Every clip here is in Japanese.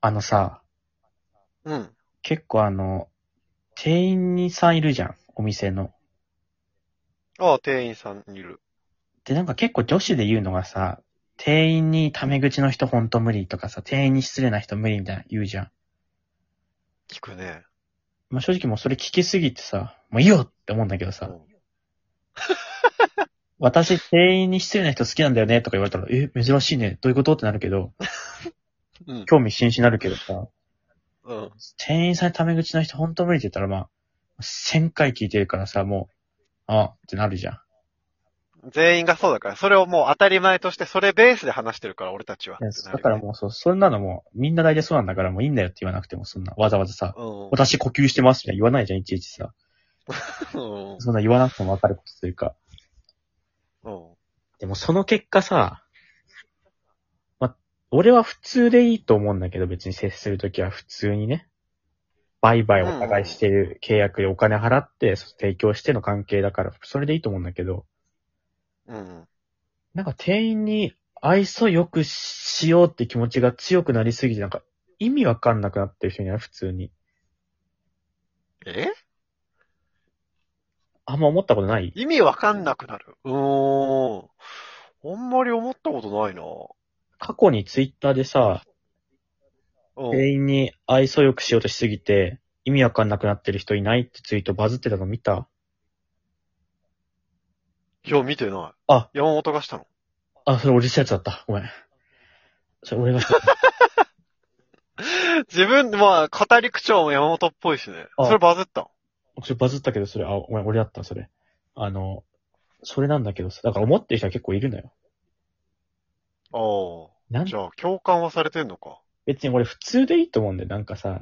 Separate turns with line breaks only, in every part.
あのさ、
うん。
結構あの、店員にさんいるじゃん、お店の。
ああ、店員さんいる。
で、なんか結構女子で言うのがさ、店員にタメ口の人ほんと無理とかさ、店員に失礼な人無理みたいな言うじゃん。
聞くね。
まあ、正直もうそれ聞きすぎてさ、もういいよって思うんだけど
う
さ、
ん
私店員に失礼な人好きなんだよねとか言われたら、え、珍しいね、どういうことってなるけど、
うん。
興味津々になるけどさ、
うん。
店員さんにタメ口の人ほんと無理って言ったらまあ、1000回聞いてるからさ、もう、あってなるじゃん。
全員がそうだから、それをもう当たり前として、それベースで話してるから、俺たちは。
だからもうそう、そんなのもう、みんな大体そうなんだからもういいんだよって言わなくても、そんな、わざわざさ、
う
私呼吸してますみたいな言わないじゃん、いちいちさ。
ん。うん。
そんな言わなくてもわかることというか。
うん。
でもその結果さ、ま、俺は普通でいいと思うんだけど、別に接するときは普通にね、売買をお互いしてる契約でお金払って、そ提供しての関係だから、それでいいと思うんだけど、
うん。
なんか店員に愛想よくしようって気持ちが強くなりすぎて、なんか意味わかんなくなってる人には普通に。
え
あんま思ったことない
意味わかんなくなる。うーん。あんまり思ったことないな。
過去にツイッターでさ、
うん。
店員に愛想よくしようとしすぎて、意味わかんなくなってる人いないってツイートバズってたの見た
いや、見てない。
あ。
山本がしたの。
あ、それ俺したやつだった。ごめん。それ俺がした。
自分、まあ、語り口調も山本っぽいしね。
あ
それバズったの。
それバズったけど、それ、あ、ごめん、俺だった、それ。あの、それなんだけどさ、だから思ってる人は結構いるのよ。
あ
な
あ。
ん
じゃあ、共感はされてんのか。
別に俺普通でいいと思うんだよ。なんかさ、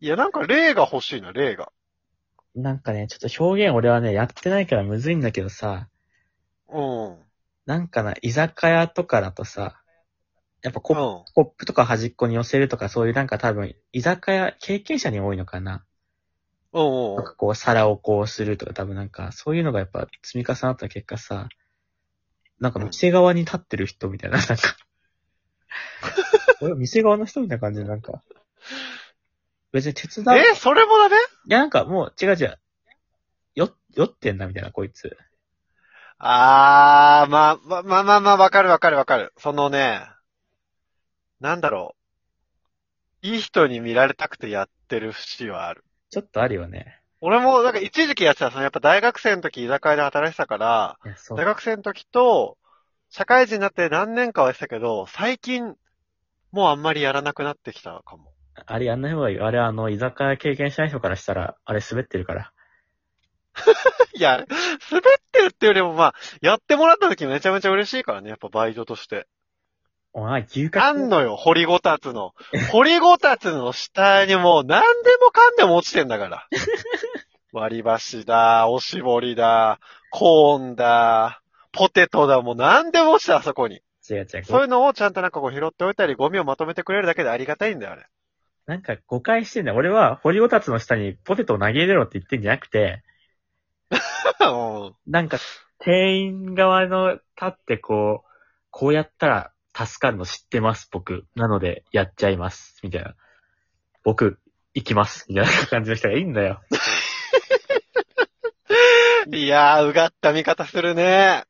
いや、なんか例が欲しいな、例が。
なんかね、ちょっと表現俺はね、やってないからむずいんだけどさ、
うん。
なんかな、居酒屋とかだとさ、やっぱコップ
うん。
コップとか端っこに寄せるとか、そういうなんか多分、居酒屋、経験者に多いのかな。
うんうんう
なん
ん。
かこう、皿をこうするとか、多分なんか、そういうのがやっぱ積み重なった結果さ、なんか店側に立ってる人みたい な、なんか。俺、店側の人みたいな感じで、なんか。別に手伝う。い
え、それもダメ
や、なんかもう、違う違う。よ、酔ってんな、みたいな、こいつ。
あー、まあ、まあまあまあまあ、わかるわかるわかる。そのね、なんだろう。いい人に見られたくてやってる節はある。
ちょっとあるよね。
俺も、なんか一時期やってた、そのやっぱ大学生の時居酒屋で働いてたから、
いや、そ
大
う。
学生の時と、社会人になって何年かはやってたけど、最近、もうあんまりやらなくなってきたかも。
あれやんない方がいいよ。あれ、あの、居酒屋経験しない人からしたら、あれ滑ってるから。
いや、滑ってるっていうよりも、まあ、やってもらった時めちゃめちゃ嬉しいからね、やっぱバイトとして。
お前、牛
あ
角
んのよ、掘りごたつの。掘りごたつの下にもう何でもかんでも落ちてんだから。割り箸だ、おしぼりだ、コーンだ、ポテトだ、もう何でも落ちてあそこに。
違う違う。
そういうのをちゃんとなんかこう拾っておいたり、ゴミをまとめてくれるだけでありがたいんだよ、あれ。
なんか誤解してんだよ。俺は、掘りごたつの下にポテトを投げ入れろって言ってんじゃなくて、
うん
なんか、店員側の立ってこう、こうやったら助かるの知ってます、僕。なので、やっちゃいます、みたいな。僕、行きます、みたいな 感じの人がいいんだよ。
いやー、うがった見方するね。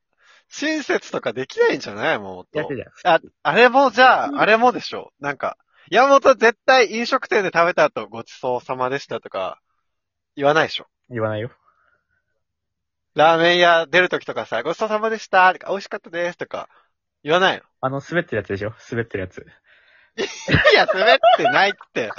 親切とかできないんじゃないもう
いや
もっ
い
と
や。いや
あ、あれもじゃあ、あれもでしょなんか、山本絶対飲食店で食べた後ごちそうさまでしたとか、言わないでしょ
言わないよ。
ラーメン屋出るときとかさ、ごちそうさまでしたとか、美味しかったですとか、言わないの
あの、滑ってるやつでしょ滑ってるやつ。
いや、滑ってないって。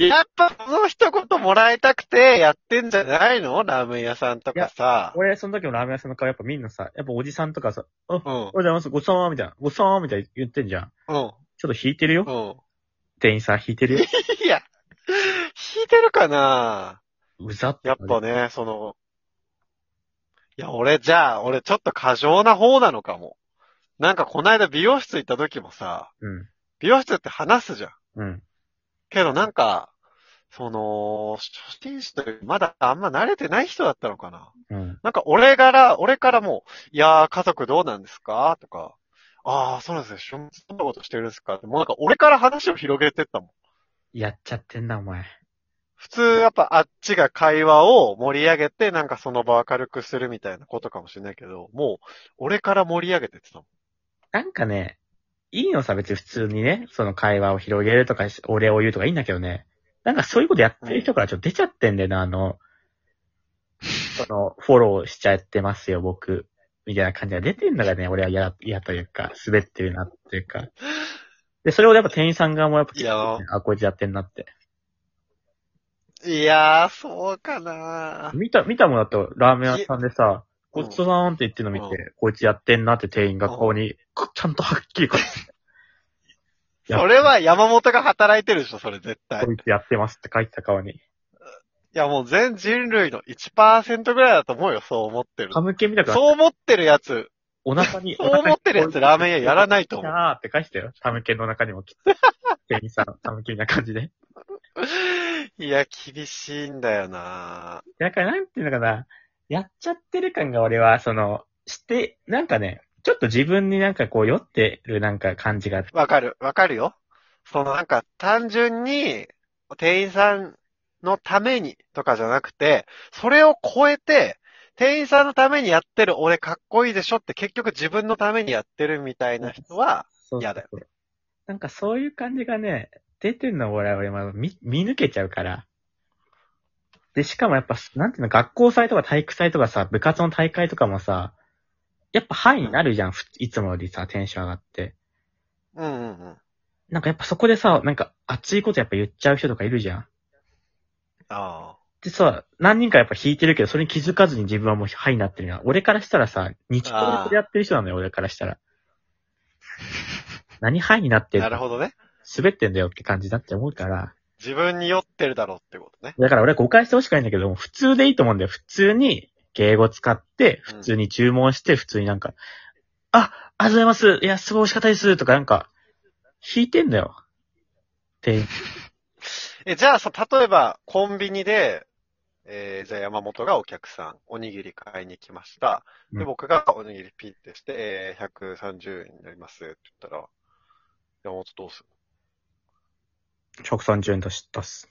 やっぱその一言もらいたくてやってんじゃないのラーメン屋さんとかさ。
俺、その時のラーメン屋さんの顔やっぱみんなさ、やっぱおじさんとかさ、あ、おはよ
うん
う、ございます、ごちそうさまみたいな、ごちそうさまみたいな言ってんじゃん。
う
ち
ん、
ょっと引いてるよ。
うん。
店員さん引いて るよ。
いや、引いてるかな
うざって。
やっぱね、その、いや、俺じゃあ、俺ちょっと過剰な方なのかも。なんかこないだ美容室行った時もさ、
うん。
美容室って話すじゃん。
うん。
けどなんか、その、初心者というまだあんま慣れてない人だったのかな。
うん。
なんか俺から、俺からもう、いやー家族どうなんですかとか、ああ、そうなんですね。そんなことしてるんですかって。もうなんか俺から話を広げてったもん。
やっちゃってんな、お前。
普通やっぱあっちが会話を盛り上げてなんかその場を明るくするみたいなことかもしれないけど、もう俺から盛り上げてってたもん。
なんかね、いいのさ、別に普通にね、その会話を広げるとかし、お礼を言うとかいいんだけどね。なんかそういうことやってる人からちょっと出ちゃってんだよな、あの、その、フォローしちゃってますよ、僕。みたいな感じが出てんのがね、俺は嫌、嫌というか、滑ってるなっていうか。で、それをやっぱ店員さん側もやっぱ気づいて
いや
ね、あ、こいつやってんなって。
いやー、そうかな
見た、見たもんだと、ラーメン屋さんでさ、ごちそうさんって言ってるの見
う
て、こいつやってんなって店員が顔に、こちゃんとはっきりこいつ
それは山本が働いてるでしょ、それ絶対。
こいつやってますって書いてた顔に。
いや、もう全人類の1%ぐらいだと思うよ、そう思ってる。
歯向け見たくなって
そう思ってるや つ、
お腹に、
そう思ってるやつラーメン屋やらないと思う。
あーって返してよ。タムケンの中にも きっと。店員さん、タムケンな感じで。
いや、厳しいんだよな
だからなんていうのかな。やっちゃってる感が俺は、その、して、なんかね、ちょっと自分になんかこう酔ってるなんか感じがあって。
わかる、わかるよ。そのなんか、単純に、店員さんのためにとかじゃなくて、それを超えて、店員さんのためにやってる俺かっこいいでしょって結局自分のためにやってるみたいな人は、
そう
嫌だよ。
なんかそういう感じがね、出てんの俺は俺は見、見抜けちゃうから。で、しかもやっぱ、なんていうの、学校祭とか体育祭とかさ、部活の大会とかもさ、やっぱ範囲になるじゃん、ふいつもよりさ、テンション上がって。
うんうんうん。
なんかやっぱそこでさ、なんか熱いことやっぱ言っちゃう人とかいるじゃん。
あ
でさ、何人かやっぱ引いてるけど、それに気づかずに自分はもう、はいになってるな。俺からしたらさ、日常でそれやってる人なのよ、俺からした ら。何はいになっ
あ。
て
なるほどね。
滑ってんだよって感じだって思うから。
自分に酔ってるだろうってことね。
だから俺は誤解してほしくないんだけど、普通でいいと思うんだよ。普通に敬語使って、
うん
普通に注文して、普通になんか、あ、ありがとうございます。いや、すごい美味しかったです。とかなんか、引いてんだよ。店員
え、じゃあさ、例えば、コンビニで、えーじゃあ山本がお客さん、おにぎり買いに来ました。
う
で、
ん
僕がおにぎりピッてして、えー130円になりますって言ったら、山本どうする
130円出し、出す。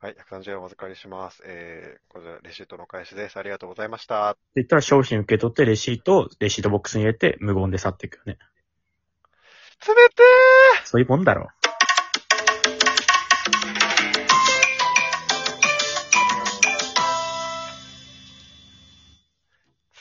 はい、130円お預かりします。えーこれレシートのお返しです。ありがとうございました。
って言ったら商品受け取ってレシートをレシートボックスに入れて無言で去っていくよね。
冷て
そういうもんだろ。